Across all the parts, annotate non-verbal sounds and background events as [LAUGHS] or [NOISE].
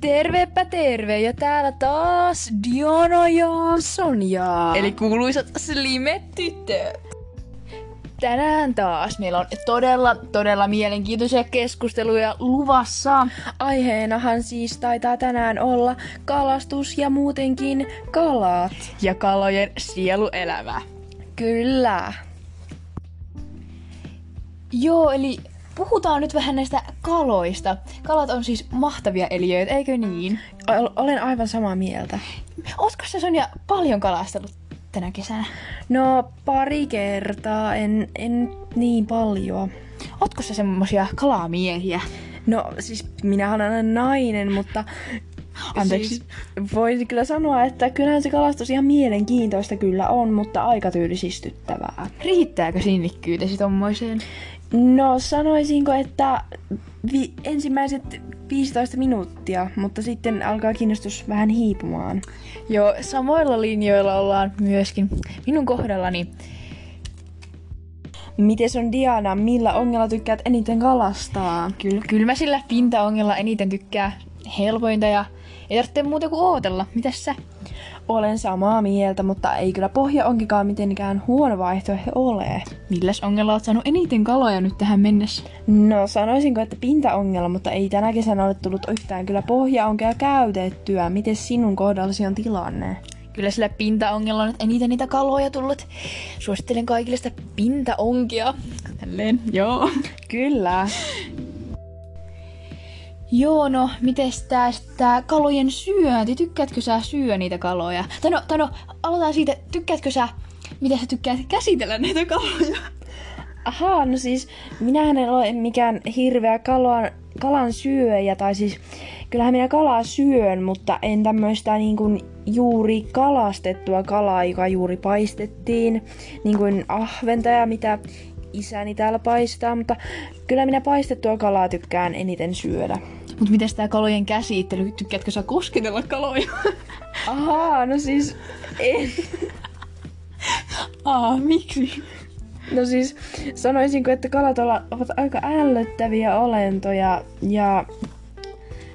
Tervepä terve ja täällä taas Diana Jansson ja... Eli kuuluisat slimet tytöt. tänään taas meillä on todella, todella mielenkiintoisia keskusteluja luvassa. Aiheenahan siis taitaa tänään olla kalastus ja muutenkin kalat. Ja kalojen sieluelämä. Kyllä. Joo, eli puhutaan nyt vähän näistä kaloista. Kalat on siis mahtavia eliöitä, eikö niin? Olen aivan samaa mieltä. Ootko sä Sonja paljon kalastellut tänä kesänä? No pari kertaa, en, en niin paljon. Ootko sä semmosia kalamiehiä? No siis minähän olen nainen, mutta... Anteeksi. Siis, voisin kyllä sanoa, että kyllähän se kalastus ihan mielenkiintoista kyllä on, mutta aika tyylisistyttävää. Riittääkö sinnikkyytesi tommoiseen? No sanoisinko, että vi- ensimmäiset 15 minuuttia, mutta sitten alkaa kiinnostus vähän hiipumaan. Joo, samoilla linjoilla ollaan myöskin minun kohdallani. Mites on Diana, millä ongella tykkäät eniten kalastaa? Kyllä, kyllä mä sillä pintaongella eniten tykkää helpointa ja ei tarvitse muuta kuin ootella. Mitäs sä? Olen samaa mieltä, mutta ei kyllä pohja onkikaan mitenkään huono vaihtoehto ole. Milläs ongella oot saanut eniten kaloja nyt tähän mennessä? No sanoisinko, että pintaongella, mutta ei tänä kesänä ole tullut yhtään kyllä pohjaonkea käytettyä. Miten sinun kohdallasi on tilanne? Kyllä sillä pintaongella on nyt eniten niitä kaloja tullut. Suosittelen kaikille sitä pintaonkea. Tälleen, joo. Kyllä. Joo, no, mites tää, sit tää kalojen syönti? Tykkäätkö sä syödä niitä kaloja? Tai no, tai no, aloitetaan siitä, tykkäätkö sä, miten sä tykkäät käsitellä näitä kaloja? Ahaa, no siis minähän en ole mikään hirveä kalan, kalan syöjä, tai siis kyllähän minä kalaa syön, mutta en tämmöistä niin kuin juuri kalastettua kalaa, joka juuri paistettiin, niin kuin ahventa ja mitä isäni täällä paistaa, mutta kyllä minä paistettua kalaa tykkään eniten syödä. Mut mites tää kalojen käsittely? Tykkäätkö sä kosketella kaloja? Ahaa, no siis en. Aa, miksi? No siis sanoisinko, että kalat olla- ovat aika ällöttäviä olentoja ja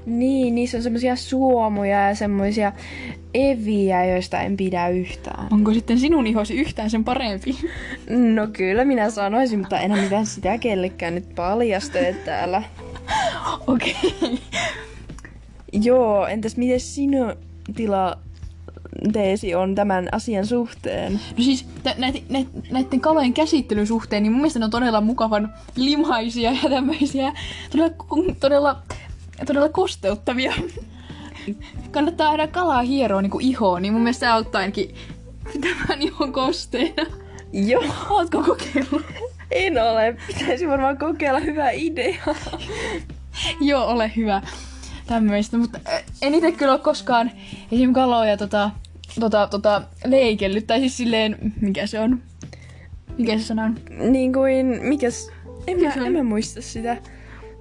niin, niissä on semmoisia suomuja ja semmoisia eviä, joista en pidä yhtään. Onko sitten sinun ihosi yhtään sen parempi? No kyllä minä sanoisin, mutta enhän mitään sitä kellekään nyt paljastele täällä. Okei. Okay. Joo, entäs miten sinun tilanteesi on tämän asian suhteen? No siis tä- näit, näit, näiden kalojen käsittelyn suhteen, niin mun mielestä ne on todella mukavan limaisia ja tämmöisiä todella, ku- todella, todella kosteuttavia. Kannattaa aina kalaa hieroa niin kuin ihoon, niin mun mielestä se auttaa ainakin pitämään ihon kosteena. Joo, Ootko kokeillut? en ole. Pitäisi varmaan kokeilla hyvä idea. [LAUGHS] Joo, ole hyvä. Tämmöistä, mutta äh, en itse kyllä ole koskaan esim. kaloja tota, tota, tota, leikellyt, tai siis silleen, mikä se on? Mikä se sana on? Niin kuin, mikäs, en, Mikä mä, se oli? en mä muista sitä.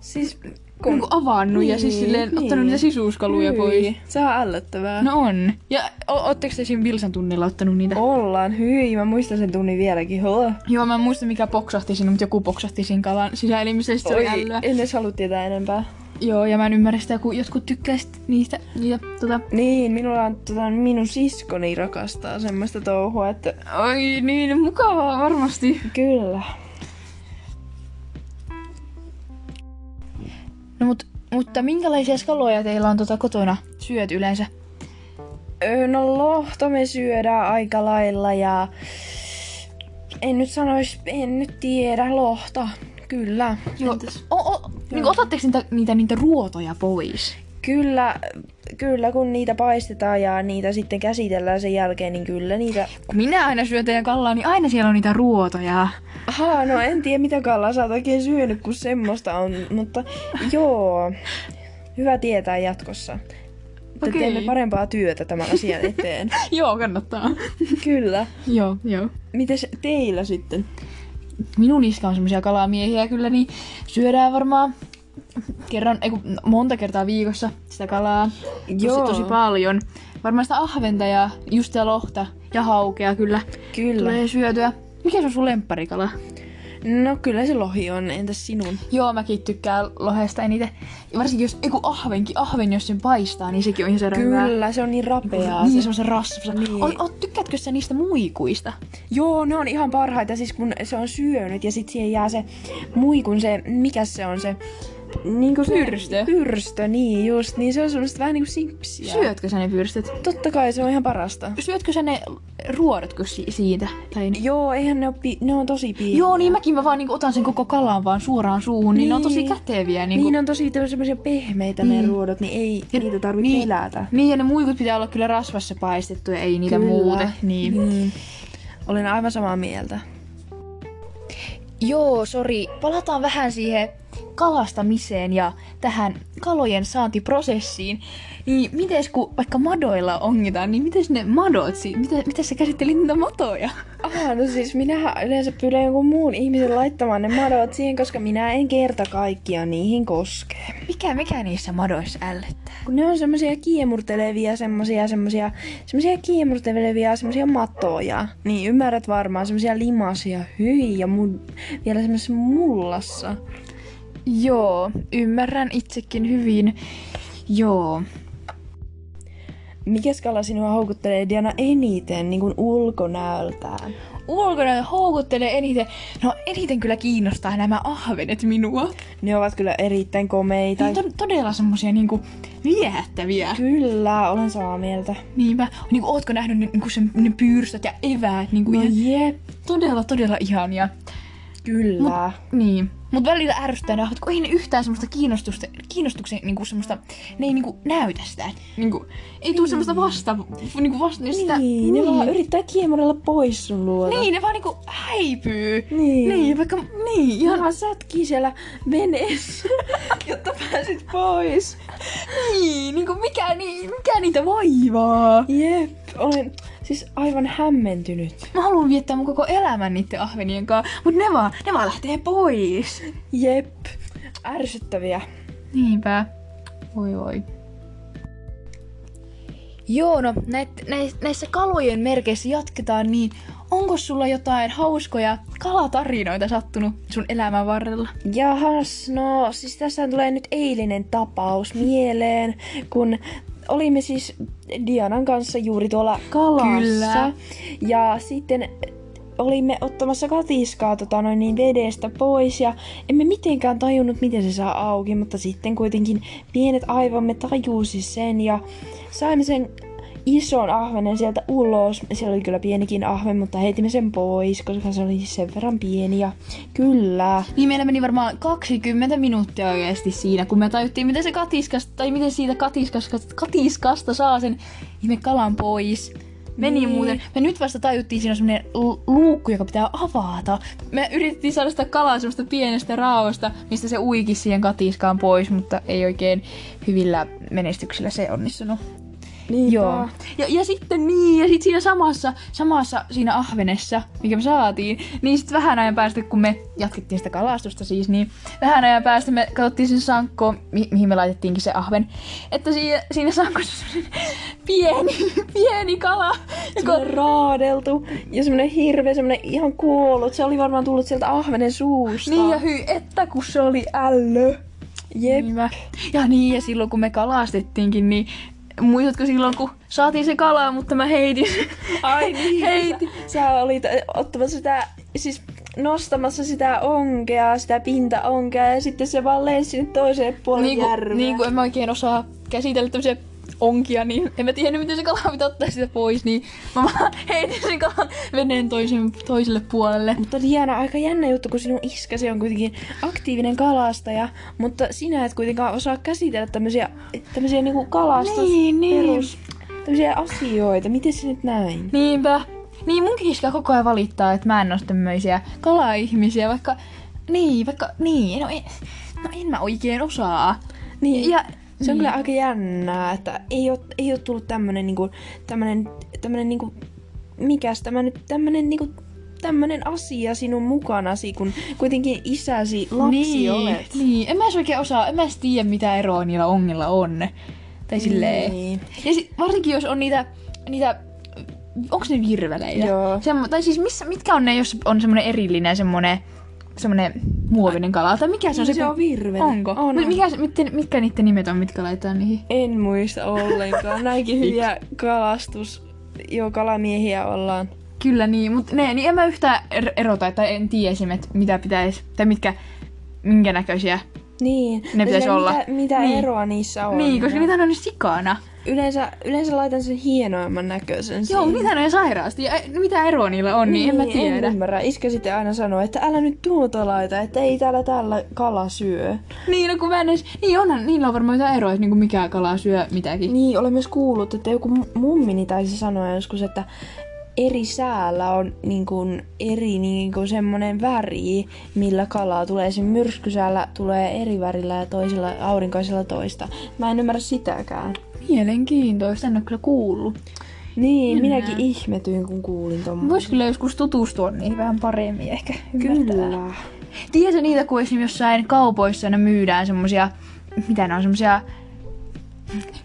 Siis Kun... avannut niin, ja siis Niin, silleen niin. ottanut niin. niitä sisuuskaluja Hyi, pois. Se on ällöttävää. No on. Ja o- ootteko te siinä Vilsan tunnilla ottanut niitä? O- Ollaan, hyi, mä muistan sen tunnin vieläkin. Huh. Joo, mä en muista mikä poksahti siinä, mutta joku poksahti siinä kalan sisäelimissä ja sit se Oi, oli älyä. en edes halua tietää enempää. Joo, ja mä en ymmärrä sitä, kun jotkut tykkää sit niistä, niitä, tota... Niin, minulla on, tota, minun siskoni rakastaa semmoista touhua, että Oi niin, mukavaa varmasti. kyllä. No mut, mutta minkälaisia skaloja teillä on tota kotona syöt yleensä? Öö, No lohto me syödään aika lailla ja en nyt sanois, en nyt tiedä lohta. Kyllä. Joo. O, o, niin otatteko niitä, niitä, niitä ruotoja pois? Kyllä, kyllä kun niitä paistetaan ja niitä sitten käsitellään sen jälkeen, niin kyllä niitä... Kun minä aina syön teidän kallaa, niin aina siellä on niitä ruotoja. Ahaa, no en tiedä mitä kallaa sä oot oikein syönyt, kun semmoista on, mutta joo. Hyvä tietää jatkossa. Että Okei. teemme parempaa työtä tämän asian [LAUGHS] eteen. Joo, kannattaa. kyllä. joo, joo. Mites teillä sitten? Minun iska on semmoisia kalamiehiä kyllä, niin syödään varmaan kerran, ei kun, no, monta kertaa viikossa sitä kalaa. Joo. Tosi, tosi paljon. Varmaan sitä ahventa ja just sitä lohta ja haukea kyllä, Kyllä. tulee syötyä. Mikä se on sun lempparikala? No kyllä se lohi on, entäs sinun? Joo, mäkin tykkään lohesta eniten. Ja varsinkin jos, eiku ahvenkin, ahven jos sen paistaa, niin sekin on ihan sairaan hyvää. Kyllä, se on niin rapeaa. Niin. Se semmoisen rasvassa. Niin. On, on, tykkäätkö sä niistä muikuista? Joo, ne on ihan parhaita, siis kun se on syönyt ja sitten siihen jää se muikun se, mikä se on se, niin kuin se, Pyrstö. Pyrstö, niin just, niin se on semmoista vähän niinku simpsiä. Syötkö sä ne pyrstöt? Totta kai se on ihan parasta. Syötkö sä ne ruodotko si- siitä? Tai... Joo, eihän ne, ole pi- ne on tosi pieniä. Joo, niin mäkin mä vaan niinku otan sen koko kalan vaan suoraan suuhun, niin, ne on tosi Niin. käteviä. Niin, Niinku. niin on tosi semmoisia pehmeitä mm. ne Mm. ruodot, niin ei niitä tarvitse Niin. niin. pelätä. niin, ja ne muikut pitää olla kyllä rasvassa paistettu ja ei niitä Kyllä. muuten. Niin. Niin. Olen aivan samaa mieltä. Joo, sori. Palataan vähän siihen kalastamiseen ja tähän kalojen saantiprosessiin. Niin mites kun vaikka madoilla ongitaan, niin mites ne madot, si- miten, miten sä käsittelit niitä matoja? Aha, no siis minähän yleensä pyydän jonkun muun ihmisen laittamaan ne madot siihen, koska minä en kerta kaikkia niihin koske. Mikä, mikä niissä madoissa ällettää? Kun ne on semmoisia kiemurtelevia, semmoisia, semmoisia, semmoisia kiemurtelevia, semmoisia matoja. Niin ymmärrät varmaan semmoisia limasia, hyi ja mun, vielä semmoisessa mullassa. Joo, ymmärrän itsekin hyvin. Joo. Mikäs kala sinua houkuttelee Diana eniten niin kuin ulkonäöltään? Ulkonäön houkuttelee eniten. No eniten kyllä kiinnostaa nämä ahvenet minua. Ne ovat kyllä erittäin komeita. Tai... on todella semmosia niinku viehättäviä. Kyllä, olen samaa mieltä. Niinpä. Niinku, ootko nähnyt ne, niinku sen, ne pyyrstöt ja eväät? Niinku, No ihan- jep, todella, todella ihania. kyllä. Niin. Mut välillä ärsyttää nähdä, kun ei ne yhtään semmoista kiinnostusta, kiinnostuksen niinku semmoista, ne ei niinku näytä sitä. Niinku, ei tuu semmoista vasta, niinku vasta, sitä, Niin, ne vaan yrittää kiemurella pois sun luota. Niin, ne vaan niinku häipyy. Niin. Niin, vaikka, niin, ihan, Ihan sätkii siellä veneessä, [LAUGHS] jotta pääsit pois. niin, niinku mikä, niin, mikä niitä vaivaa. Jep, olen siis aivan hämmentynyt. Mä haluan viettää mun koko elämän niiden ahvenien kanssa, mut ne vaan, ne vaan lähtee pois. Jep, ärsyttäviä. Niinpä. Voi voi. Joo, no näit, näis, näissä kalojen merkeissä jatketaan, niin onko sulla jotain hauskoja kalatarinoita sattunut sun elämän varrella? Jahas, no siis tässä tulee nyt eilinen tapaus mieleen, kun olimme siis Dianan kanssa juuri tuolla kalassa. Kyllä. Ja sitten olimme ottamassa katiskaa tota noin niin vedestä pois ja emme mitenkään tajunnut, miten se saa auki, mutta sitten kuitenkin pienet aivomme tajusi sen ja saimme sen ison ahvenen sieltä ulos. Siellä oli kyllä pienikin ahven, mutta heitimme sen pois, koska se oli sen verran pieni ja kyllä. Niin meillä meni varmaan 20 minuuttia oikeasti siinä, kun me tajuttiin, miten se katiskasta, tai miten siitä katiskasta, katiskasta saa sen ihme kalan pois. Meni Niin. niin. muuten. Me nyt vasta tajuttiin, siinä on semmonen lu- luukku, joka pitää avata. Me yritettiin saada sitä kalaa semmoista pienestä raosta, mistä se uiki siihen katiskaan pois, mutta ei oikein hyvillä menestyksillä se onnistunut. Niinpä. Joo. Ja, ja sitten niin, ja sitten siinä samassa, samassa siinä ahvenessa, mikä me saatiin, niin sitten vähän ajan päästä, kun me jatkettiin sitä kalastusta siis, niin vähän ajan päästä me katsottiin sen sankkoon, mi- mihin me laitettiinkin se ahven, että siinä, siinä sankossa on semmonen [LAUGHS] pieni, pieni kala, joka Semmoinen raadeltu ja semmoinen hirveä, semmoinen ihan kuollut. Se oli varmaan tullut sieltä ahvenen suusta. niin ja hyi, että kun se oli ällö. Mm. Jep. Niinpä. Ja niin, ja silloin kun me kalastettiinkin, niin muistatko silloin, kun saatiin se kalaa, mutta mä heitin sen? Ai [LAUGHS] niin. Hei. Sä, sä olit äh, ottamassa sitä, siis nostamassa sitä onkea, sitä pintaonkea ja sitten se vaan lensi sinne toiseen puolelle niin järveä. kuin, niin kuin en mä oikein osaa käsitellä tämmöisiä onkia, niin en mä tiennyt, miten se kala pitää ottaa sitä pois, niin mä vaan [LAUGHS] heitin sen kalan veneen toisen, toiselle puolelle. Mutta Diana, aika jännä juttu, kun sinun iskäsi on kuitenkin aktiivinen kalastaja, mutta sinä et kuitenkaan osaa käsitellä tämmöisiä, tämmöisiä niinku kalastus, Niin, niin. No, perus, tämmöisiä asioita. Miten se nyt näin? Niinpä. Niin mun kiska koko ajan valittaa, että mä en ole tämmöisiä kala-ihmisiä, vaikka... Niin, vaikka... Niin, no en, no en mä oikein osaa. Niin. Ja, Se on kyllä aika jännää, että ei ole, ei ole tullut tämmönen niinku, tämmönen, tämmönen niinku, mikäs tämä nyt, tämmönen niinku, tämmönen asia sinun mukanasi, kun kuitenkin isäsi lapsi niin, olet. Niin, en mä edes oikein osaa, en mä edes tiedä mitä eroa niillä ongilla on. Tai silleen... Niin. Ja sit, varsinkin jos on niitä, niitä onko ne virveleitä? Joo. Semmo, tai siis missä, mitkä on ne, jos on semmoinen erillinen semmoinen semmonen muovinen kala, tai mikä se on se? Niin, se kun- on virve. Onko? On, Mi- on. Mikä, se- mitten, mitkä niiden nimet on, mitkä laitetaan niihin? En muista ollenkaan. Näinkin hyviä kalastus... Joo, kalamiehiä ollaan. Kyllä niin, mutta ne, niin en mä yhtään er- erota, tai en tiedä esim, että mitä pitäisi, tai mitkä, minkä näköisiä. Niin. Ne pitäisi sillä olla. Mitä, mitä Niin. niin. eroa niissä on? On, niin, koska No. niitä on nyt sikana. Yleensä, yleensä laitan sen hienoimman näköisen Joo, siihen. niitä on sairaasti. Ja ä, mitä eroa niillä on, niin, niin en mä tiedä. En ymmärrä. Iskä sitten aina sanoo, että älä nyt tuota laita, että ei täällä täällä kala syö. Niin, no kun mä en edes, niin onhan, niillä on varmaan jotain eroa, että niinku mikä kala syö mitäkin. Niin. Niin, olen myös kuullut, että joku mu- mummini taisi sanoa joskus, että eri säällä on niin kuin eri niin kuin semmoinen väri, millä kalaa tulee. Esim. myrskysäällä tulee eri värillä ja toisella aurinkoisella toista. Mä en ymmärrä sitäkään. Mielenkiintoista, en ole kyllä kuullut. Niin, Jännää. minäkin ihmetyin, kun kuulin tommoisen. Vois kyllä joskus tutustua niihin vähän paremmin ehkä. ymmärtää. Kyllä. Tiedätkö niitä, kun esim. jossain kaupoissa ne myydään semmosia, mitä ne on semmosia,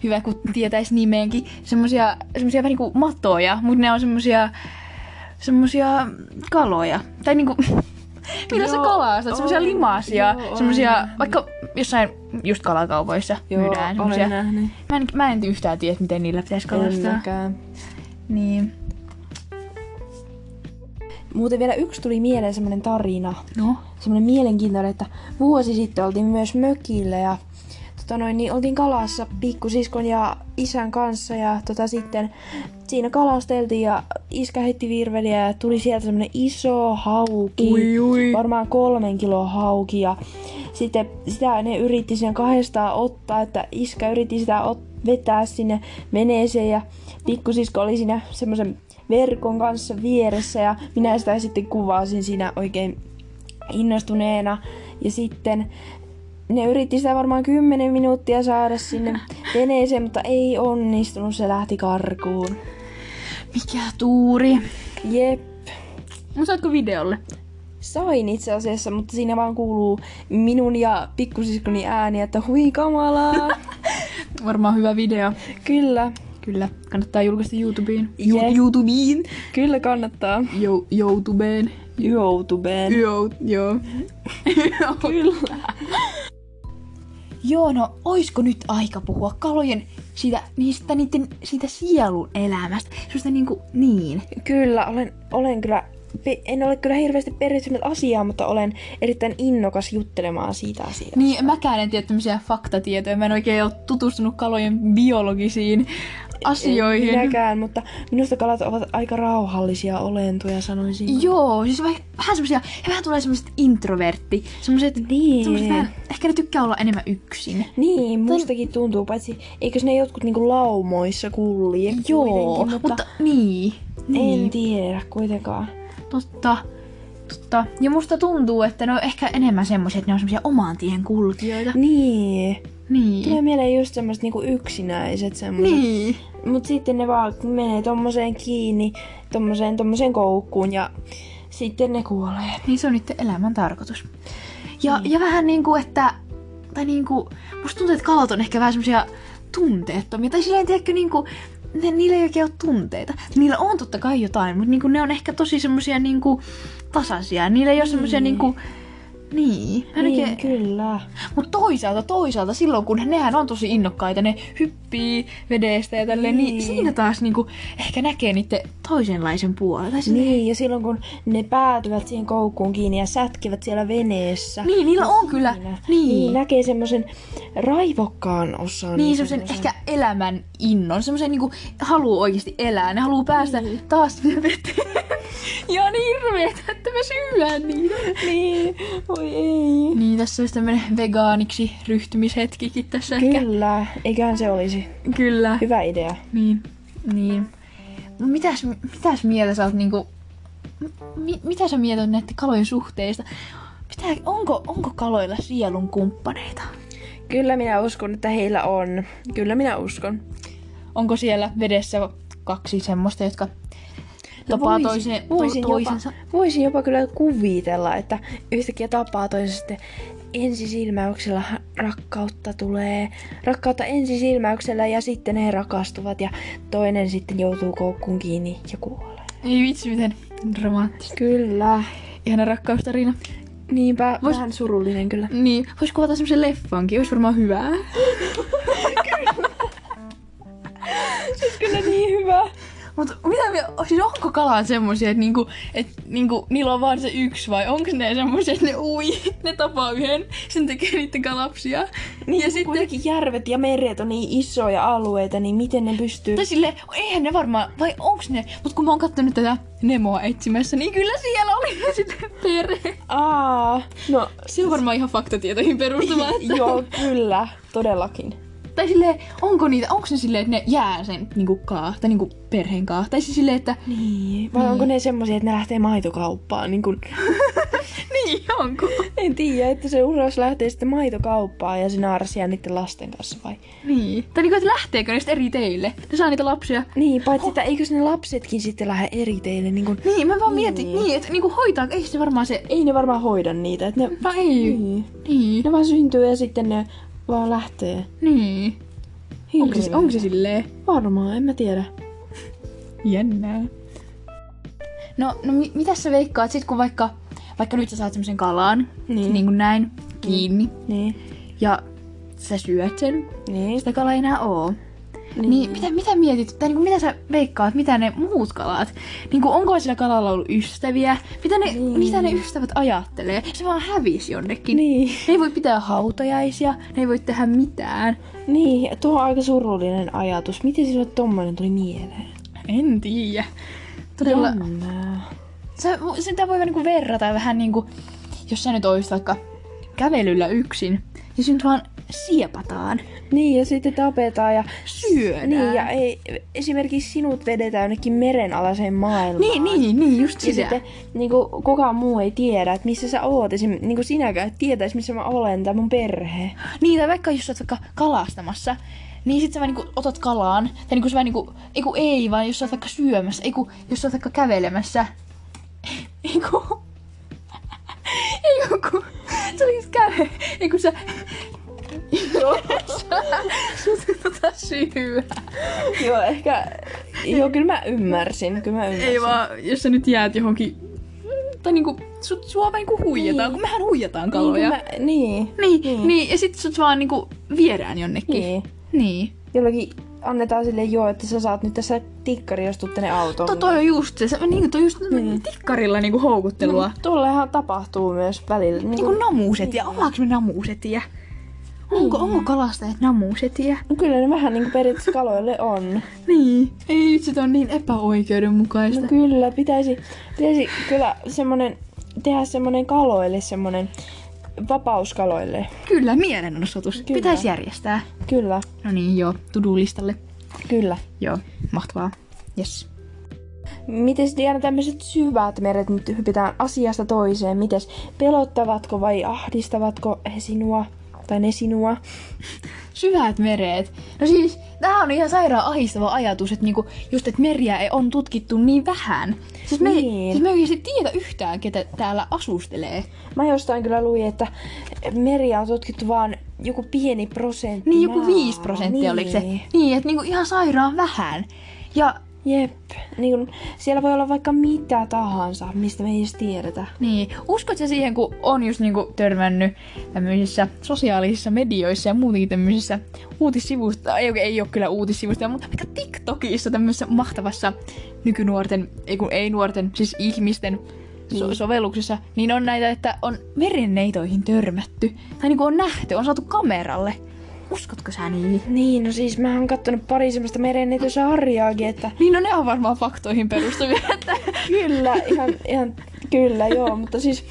hyvä kun tietäis nimeenkin, semmosia, semmosia vähän niinku matoja, mutta ne on semmosia, semmosia kaloja. Tai niinku, [LAUGHS] millä sä Joo, kalastat, semmosia on, limasia, joo, on. semmosia, vaikka jossain just kalakaupoissa Joo, myydään semmosia. olen nähnyt. Mä en, mä en yhtään tiedä, miten niillä pitäisi kalastaa. Ennäkään. Niin. Muuten vielä yksi tuli mieleen semmoinen tarina. No. semmoinen mielenkiintoinen, että vuosi sitten oltiin myös mökillä ja tota noin, niin oltiin kalassa pikkusiskon ja isän kanssa ja tota sitten siinä kalasteltiin ja iskä heitti virveliä ja tuli sieltä semmoinen iso hauki, Ui, ui. varmaan kolmen kilon hauki ja sitten sitä ne yritti sen kahdestaan ottaa, että iskä yritti sitä ot- vetää sinne veneeseen ja pikkusisko oli siinä semmoisen verkon kanssa vieressä ja minä sitä sitten kuvasin siinä oikein innostuneena. Ja sitten ne yritti sitä varmaan 10 minuuttia saada sinne veneeseen, mutta ei onnistunut, se lähti karkuun. Mikä tuuri. Jep. Mutta saatko videolle? Sain itse asiassa, mutta siinä vaan kuuluu minun ja pikkusiskoni ääni, että hui kamalaa. [LAUGHS] Varmaan hyvä video. kyllä, Kyllä, kannattaa julkaista YouTubeen. Ju- Jep. YouTubeen. kyllä kannattaa. Jo- YouTubeen. YouTubeen. Joo, joo. [LAUGHS] Kyllä. Joo, no oisko nyt aika puhua kalojen siitä, niistä, niiden, siitä sielun elämästä? Semmoista niinku niin. Kyllä, olen, olen kyllä pe- en ole kyllä hirveästi perehtynyt asiaan, mutta olen erittäin innokas juttelemaan siitä asiasta. Niin, mäkään en tiedä tämmöisiä faktatietoja. Mä en oikein ole tutustunut kalojen biologisiin asioinkin. En minäkään, mutta minusta kalat ovat aika rauhallisia olentoja, sanoisin. Joo, siis vai, vähän semmosia, he vähän tulee semmoset introvertti, semmoset, Niin. semmoset vähän, ehkä ne tykkää olla enemmän yksin. Niin, mustakin tuntuu, paitsi eikös ne jotkut niinku laumoissa kulje Joo, kuitenkin, mutta, mutta niin, en niin, tiedä kuitenkaan. totta, totta. Ja musta tuntuu, että ne on ehkä enemmän semmosia, että ne on semmosia oman tien kulkijoita. Niin, tulee Niin. mieleen just semmoset niinku yksinäiset semmoset. Niin. Mut sitten ne vaan menee tommoseen kiinni, tommoseen, tommoseen koukkuun ja sitten ne kuolee. Niin se on niiden elämän tarkoitus. Ja, Niin. ja vähän niinku, että... Tai niinku... Musta tuntuu, että kalat on ehkä vähän semmosia tunteettomia. Tai silleen, tiedätkö, niinku... Ne, niillä ei oikein ole tunteita. Niillä on totta kai jotain, mutta niinku ne on ehkä tosi semmosia niinku tasaisia. Niillä ei ole semmosia niinku... Niin. Mä en Niin, oikein- kyllä. Mut toisaalta, toisaalta silloin kun nehän on tosi innokkaita, ne hyppii vedestä ja tälleen, niin, Niin. siinä taas niinku ehkä näkee niiden toisenlaisen puolen. Tai silleen, Niin, ja silloin kun ne päätyvät siihen koukkuun kiinni ja sätkivät siellä veneessä. Niin, niillä on kyllä. Siinä. Niin. niin näkee semmoisen raivokkaan osan. Niin, semmoisen ehkä elämän innon, semmoisen niinku haluu oikeasti elää, ne haluu päästä niin. taas sinne veteen. [LAUGHS] ja on niin hirveetä, että mä syön niitä. [LAUGHS] Niin, voi ei. Niin, tässä olisi tämmönen vegaaniksi ryhtymishetkikin tässä ehkä. Kyllä, eiköhän se olisi. Kyllä. Hyvä idea. Niin. Niin. No Mitäs, mitäs mieltä sä oot niinku... Mi, mitä sä mietit näiden kalojen suhteista? Pitää, onko, onko kaloilla sielun kumppaneita? Kyllä minä uskon, että heillä on. Kyllä minä uskon. Onko siellä vedessä kaksi semmoista, jotka tapaa Voisin- toiseen, to, voisin, toisensa? Jopa, voisin jopa kyllä kuvitella, että yhtäkkiä tapaa toisensa sitten ensisilmäyksellä ha- rakkautta tulee. Rakkautta ensisilmäyksellä ja sitten he rakastuvat ja toinen sitten joutuu koukkuun kiinni ja kuolee. Ei vitsi, miten dramaattista. Kyllä. Ihana rakkaustarina. Niinpä, Vois- vähän surullinen [LAUGHS] kyllä. Niin, vois kuvata semmoisen leffankin, olisi varmaan hyvää. Kyllä niin hyvä. Mut mitä me, siis onko kalaan semmosia, että niinku, et niinku, niillä on vaan se yksi vai onko ne semmosia, että ne ui, ne tapaa yhden, sen tekee niitten lapsia. Niin ja sitten- Kuitenkin järvet ja meret on niin isoja alueita, niin miten ne pystyy... Tai sille, eihän ne varmaan, vai onks ne? Mut kun mä oon kattonut tätä Nemoa etsimässä, niin kyllä siellä oli [LAUGHS] ne sitten perhe. Aa, no Se on varmaan ihan faktatietoihin perustuva. [LAUGHS] että- [LAUGHS] joo, kyllä, todellakin. Tai sille, onko niitä, onko ne silleen, että ne jää sen niinku kaa, tai niinku perheen kaa. Tai siis silleen, että Niin. Vai onko ne semmoisia, että ne lähtee maitokauppaan? Niin kun, [LAUGHS] niin onko. [LAUGHS] en tiedä, että se uros lähtee sitten maitokauppaan ja se naaras jää niiden lasten kanssa vai? Niin. Tai niinku, että lähteekö ne sitten eri teille? Ne saa niitä lapsia. Niin, paitsi että eikös ne lapsetkin sitten lähde eri teille? Niin kun, Niin, mä vaan mietin, Niin. niin, että niinku hoitaa, ei se varmaan se... ei ne varmaan hoida niitä. Että ne, No ei. niin. Niin. ne vaan syntyy ja sitten ne vaan lähtee. Niin. Onko se, Hirveä. onko se silleen? Varmaan, en mä tiedä. Jännää. No, no mi- mitä sä veikkaat sit, kun vaikka, vaikka nyt sä saat semmoisen kalan, niin. Niin. niin kuin näin, kiinni, Niin. ja sä syöt sen, Niin. sitä kalaa ei enää oo. Niin. Niin. niin mitä, mitä mietit, tai niin kuin mitä sä veikkaat, mitä ne muut kalat, niin kuin onko sillä kalalla ollut ystäviä, mitä ne, niin. Niin. mitä ne ystävät ajattelee, se vaan hävisi jonnekin. Niin. Ne ei voi pitää hautajaisia, ne ei voi tehdä mitään. Niin, tuo on aika surullinen ajatus. Miten sinulle tommonen tuli mieleen? En tiedä. Todella, Jännää. Sä, sitä voi niinku verrata vähän niinku, jos sä nyt oisit vaikka kävelyllä yksin, ja sinut vaan siepataan, Niin, ja sitten tapetaan ja... syödään. Niin, ja ei, esimerkiksi sinut vedetään jonnekin merenalaiseen maailmaan. niin, niin, niin, just Ja sitä. sitten niin kuin, kukaan muu ei tiedä, että missä sä oot. Esim, niin kuin sinäkään et tietäis, missä mä olen tai mun [LAUGHS] perhe. Niin, tai vaikka jos sä oot vaikka kalastamassa, niin sit sä vaan niinku otat kalaan, tai niinku sä vaan niinku, ei kun ei, vaan jos sä oot vaikka syömässä, ei kun jos sä oot vaikka kävelemässä, [LAUGHS] ei kun, [LAUGHS] ei kun, kun sä olis käve, ei kun sä, sä, sä tota syyä. Joo, ehkä... Joo, kyllä mä ymmärsin. Kyllä mä ymmärsin. [LAUGHS] Ei vaan, jos sä nyt jäät johonkin, tai niinku, sut sua vaan niinku huijataan, Niin. kun mehän huijataan niin, kun kaloja. mä, niin, Niin, niin, Niin. niin, ja sit sut vaan niinku viedään jonnekin. niin. niin. Jollakin annetaan sille joo, että sä saat nyt tässä tikkari, jos tuut tänne autoon. To, toi on just se, se niin, toi just mm. Mm. tikkarilla niinku houkuttelua. Mm. Tullehan tapahtuu myös välillä. Niin Niinku namuusetia, omaaks me namuusetiä? Onko, onko kalastajat namuusetiä? No kyllä ne vähän niin kuin periaatteessa kaloille on. Niin. Ei vitsi, tää on niin epäoikeudenmukaista. No kyllä, pitäisi, pitäisi kyllä semmonen, tehdä semmonen kaloille semmonen vapauskaloille. Kyllä, mielenosoitus. Kyllä. Pitäis järjestää. Kyllä, No niin, joo, tudulistalle. kyllä. Joo, mahtavaa. Yes. Mites Diana tämmöiset syvät meret nyt hypitään asiasta toiseen? Mites pelottavatko vai ahdistavatko he sinua? Tai ne sinua? Syvät meret. No siis, tää on ihan sairaan ahistava ajatus, että niinku, just, että meriä ei on tutkittu niin vähän. Siis me, ei, Niin. siis me ei oikeesti tiedä yhtään, ketä täällä asustelee. Mä jostain kyllä luin, että meriä on tutkittu vaan joku pieni prosentti. Niin joku maa. 5 prosenttia niin. oliko se? Niin, että niinku ihan sairaan vähän. Ja Jep. Niin kun, siellä voi olla vaikka mitä tahansa, mistä me ei edes tiedetä. niin, uskot sä siihen, kun on just niinku törmännyt tämmöisissä sosiaalisissa medioissa ja muutenkin tämmöisissä uutissivuista, ei, ei ole kyllä uutissivuista, mutta vaikka TikTokissa tämmöisessä mahtavassa nykynuorten, ei kun ei nuorten, siis ihmisten so- Niin. sovelluksessa, niin on näitä, että on merenneitoihin törmätty. Tai niinku on nähty, on saatu kameralle. Uskotko sä niihin? Niin, no siis mä oon kattonut pari semmoista merenneitosarjaakin, että Niin no ne on varmaan faktoihin perustuvia, [LAUGHS] että kyllä, ihan, ihan kyllä joo, mutta siis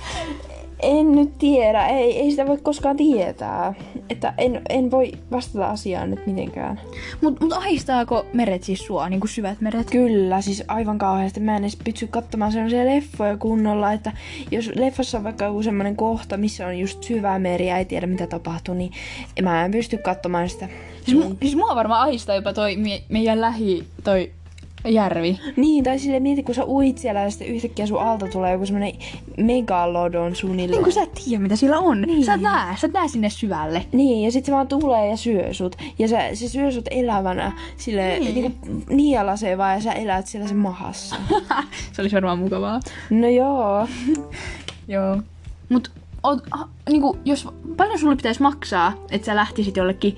en nyt tiedä, ei, ei sitä voi koskaan tietää. Että en, en voi vastata asiaan nyt mitenkään. Mut, mut ahistaako meret siis sua, niinku syvät meret? Kyllä, siis aivan kauheasti. Mä en edes pysty katsomaan sellaisia leffoja kunnolla, että jos leffassa on vaikka joku semmoinen kohta, missä on just syvää meriä, ei tiedä mitä tapahtuu, niin mä en pysty katsomaan sitä. Siis, mu, siis mua varmaan ahistaa jopa toi mie, meidän lähi, toi järvi. Niin, tai sille mieti, kun sä uit siellä ja sitten yhtäkkiä sun alta tulee joku semmonen megalodon suunnilleen. Niin kun sä et tiedä mitä siellä on. Niin. Niin. Sä et näe, sä et näe sinne [LAUGHS] syvälle. Niin, ja sitten se vaan tulee ja syö sut. Ja se, se syö sut elävänä, sille niin. Niin. niinku nielasee vaan ja sä elät siellä sen mahassa. se olisi varmaan mukavaa. No joo. Joo. Mut oot, ah, niinku, jos, paljon sulle pitäisi maksaa, että sä lähtisit jollekin,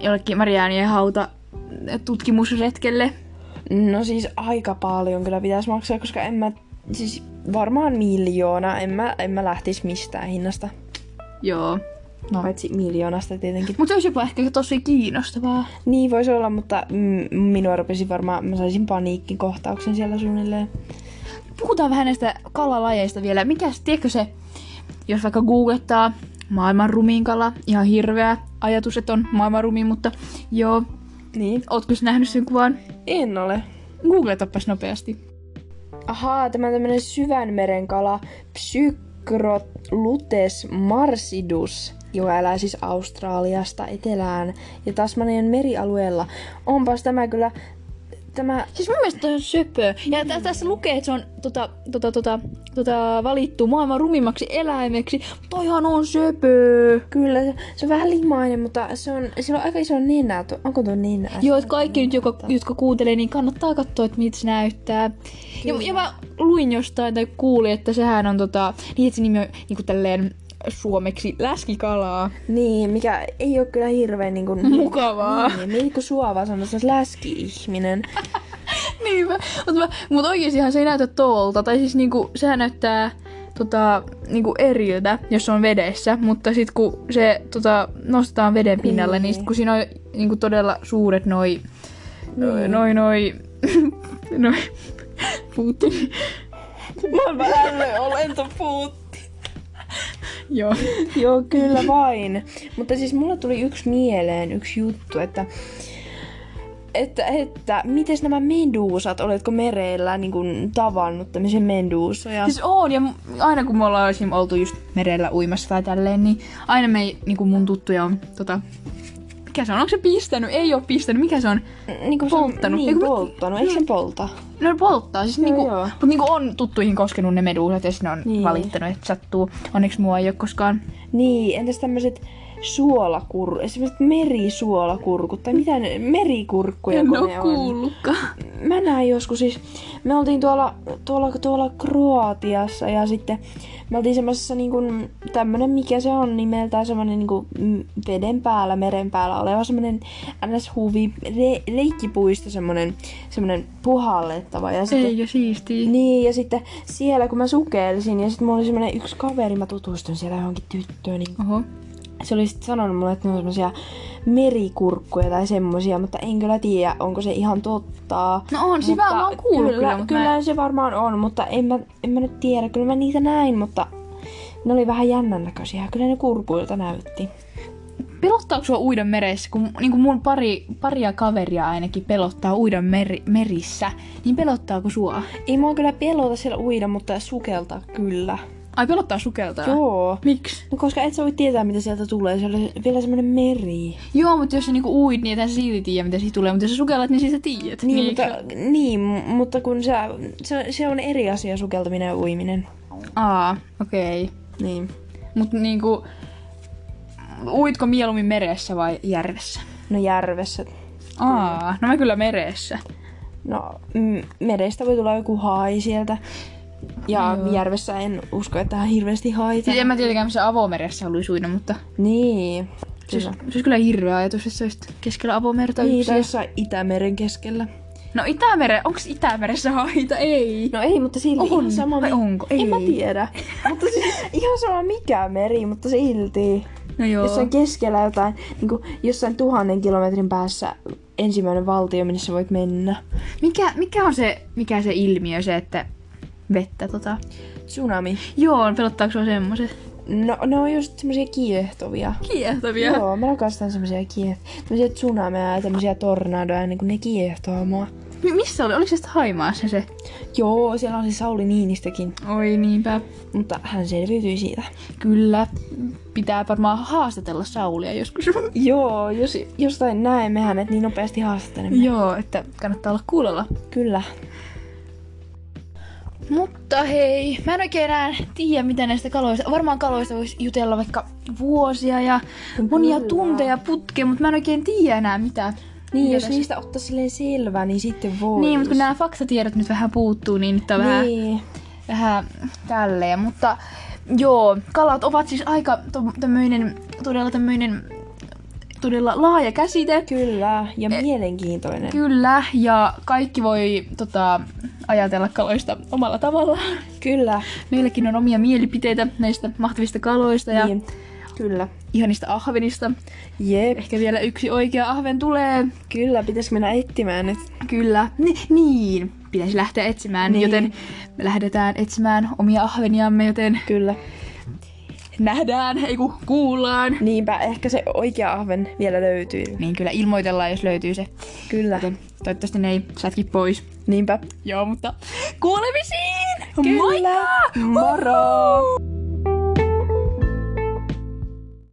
jollekin Marianien hauta tutkimusretkelle? No siis aika paljon kyllä pitäisi maksaa, koska en mä, siis varmaan miljoona, en mä, en mä lähtis mistään hinnasta. Joo. No. Paitsi miljoonasta tietenkin. Mutta se olisi jopa ehkä tosi kiinnostavaa. Niin voisi olla, mutta mm, minua rupesi varmaan, mä saisin paniikkikohtauksen siellä suunnilleen. Puhutaan vähän näistä kalalajeista vielä. Mikäs, tiedätkö se, jos vaikka googlettaa maailman rumiin kala, ihan hirveä ajatus, että on maailman rumiin, mutta joo. Niin. Ootko sä nähnyt sen kuvan? En ole. Googletapas nopeasti. Ahaa, tämä on tämmönen syvänmeren kala, Psychrolutes marsidus, joka elää siis Australiasta etelään ja Tasmanian merialueella. Onpas tämä kyllä, tämä Siis mun mielestä toi on söpö. Ja tä- tässä lukee, että se on tota, tota, tota, tota, valittu maailman rumimmaksi eläimeksi. Toihan on söpö. kyllä, se- se on vähän limainen, mutta se on, sillä on aika iso nenä. Tu- Onko tuo nenä? Joo, että kaikki nyt, joka, jotka kuuntelee, niin kannattaa katsoa, että miltä se näyttää. Ja, ja mä luin jostain tai kuulin, että sehän on tota, niin että se nimi on niinku tälleen suomeksi läskikalaa. Niin, mikä ei ole kyllä hirveän niin kuin... Mukavaa. Niin, niin kuin sua vaan sanotaan, että läski-ihminen. Niinpä, mutta mut oikeestihan se ei näytä tuolta. Tai siis niinku, sehän näyttää tota, niinku eriltä, jos se on vedessä. Mutta sitten kun se tota, nostetaan veden pinnalle, niin, niin sit, kun siinä on niinku todella suuret noi... Niin. Noi noi... [LAUGHS] noi... Putin. Mä vähän olento puut. Joo. [LAUGHS] Joo, kyllä vain. Mutta siis mulle tuli yksi mieleen, yksi juttu, että että, että miten nämä meduusat, oletko mereillä niin kuin, tavannut tämmöisiä meduusoja? [LAUGHS] Siis on, ja m- aina kun me ollaan esim. oltu just merellä uimassa tai tälleen, niin aina me, ei- niinku mun tuttuja on tota... Mikä se on? Onko se pistänyt? Ei ole pistänyt. Mikä se on? niin kuin polttanut. Niin, Eikö mä- polttanut. Eikö se polta? No ne polttaa, siis niinku, joo. mut niinku on tuttuihin koskenut ne meduusat ja sitten ne on Niin. niin. valittanut, että sattuu. Onneksi mua ei ole koskaan. Niin, entäs tämmöiset suolakur, esimerkiksi merisuolakurkut tai mitä ne, merikurkkuja kun ne on. [LAUGHS] kuullutkaan. Mä näin joskus siis, me oltiin tuolla, tuolla, tuolla Kroatiassa ja sitten me oltiin semmoisessa niin kuin, tämmönen mikä se on nimeltään semmonen niin kuin, veden päällä, meren päällä oleva semmonen ns. huvi, re, leikkipuisto semmonen, semmonen puhallettava ja sitten Eikä siistiä. niin, ja sitten siellä kun mä sukelsin, ja sitten mulla oli semmonen yksi kaveri, mä tutustuin siellä johonkin tyttöön, niin Oho. se oli sitten sanonut mulle, että ne on semmosia merikurkkuja tai semmosia, mutta en kyllä tiedä, onko se ihan totta. No on, siis mä oon kuullut kyllä, kyllä, mut mä- kyllä se varmaan on, mutta en mä, en mä nyt tiedä. Kyllä mä niitä näin, mutta ne oli vähän jännän näköisiä. Kyllä ne kurkuilta näytti. Pelottaako sua uida meressä? Kun niinku mun pari, paria kaveria ainakin pelottaa uida meri, merissä, niin pelottaako sua? Ei mua kyllä pelota siellä uida, mutta sukelta kyllä. Ai pelottaa sukeltaa? Joo. Miksi? No koska et sä voi tietää, mitä sieltä tulee. Siellä on vielä semmoinen meri. Niin, Joo, mutta jos sä niinku uit, niin et sä silti tiedä, mitä siitä tulee. Mutta jos sä sukellat, niin siitä tiedät. Niin, eikö mutta, se- niin, mu- mutta kun sä, se, se on eri asia sukeltaminen ja uiminen. Aa, okei. Niin. Mut niinku, uitko mieluummin meressä vai järvessä? No järvessä. Aa, no mä kyllä meressä. No mm, merestä voi tulla joku hai sieltä. Ja Joo. järvessä en usko, että hän hirveästi haita. Siis en mä tietenkään missä avomeressä haluaisi uida, mutta Niin. se olisi, Kyllä. se olisi kyllä hirveä ajatus, että se olisi keskellä avomerta Niin, yksin. tai jossain Itämeren keskellä. No Itämere, onks Itämeressä haita? Ei. No ei, mutta silti On, ihan sama... vai mi- onko? En mä Ei. tiedä. mutta [LAUGHS] siis, ihan sama mikä meri, mutta silti. No joo. Jossain keskellä jotain, niin kuin jossain tuhannen kilometrin päässä ensimmäinen valtio, minne sä voit mennä. Mikä, mikä on se, mikä se ilmiö, se, että vettä tota... Tsunami. Joo, pelottaako sua semmoset? No, ne on just semmoisia kiehtovia. Kiehtovia. Yeah. Joo, mä rakastan semmoisia kieht... Tämmöisiä tsunameja ja tämmöisiä tornadoja, niin kun ne kiehtoo mua. Mi- missä oli? Oliko se sitten Haimaassa se? Joo, siellä on se Sauli Niinistäkin, Oi niinpä. mutta hän selviytyi siitä. Kyllä. Pitää varmaan haastatella Saulia joskus. Joo, jos jostain näemme hänet, niin nopeasti haastattelemme. [LAUGHS] Joo, että kannattaa olla kuulolla. Kyllä. Mutta hei, mä en oikein enää tiedä, mitä näistä kaloista... Varmaan kaloista voisi jutella vaikka vuosia ja monia Kyllä. tunteja putkeen, mutta mä en oikein tiedä enää mitä. Niin, mitä jos tässä- niistä ottaa silleen selvää, niin sitten voi. Niin, mutta kun Niin, nämä faktatiedot nyt vähän puuttuu, niin nyt on vähän, Niin. vähän tälleen. Mutta Joo, kalat ovat siis aika to- tämmöinen, todella tämmöinen, todella laaja käsite. Kyllä, ja Eh. mielenkiintoinen. Kyllä, ja kaikki voi tota, ajatella kaloista omalla tavallaan. Kyllä. Meilläkin on omia mielipiteitä näistä mahtavista kaloista ja Niin. Kyllä. ihanista ahvenista. Jep. Ehkä vielä yksi oikea ahven tulee. Kyllä, pitäisikö mennä etsimään nyt? Kyllä. Ni- niin, pitäisi lähteä etsimään, Niin. joten me lähdetään etsimään omia ahveniamme, joten Kyllä. nähdään, ei kun kuullaan. Niinpä, ehkä se oikea ahven vielä löytyy. Niin kyllä ilmoitellaan, jos löytyy se. Kyllä. Joten toivottavasti ne ei sätki pois. Niinpä. Joo, mutta kuulemisiin! Kyllä. Moikka! Moro!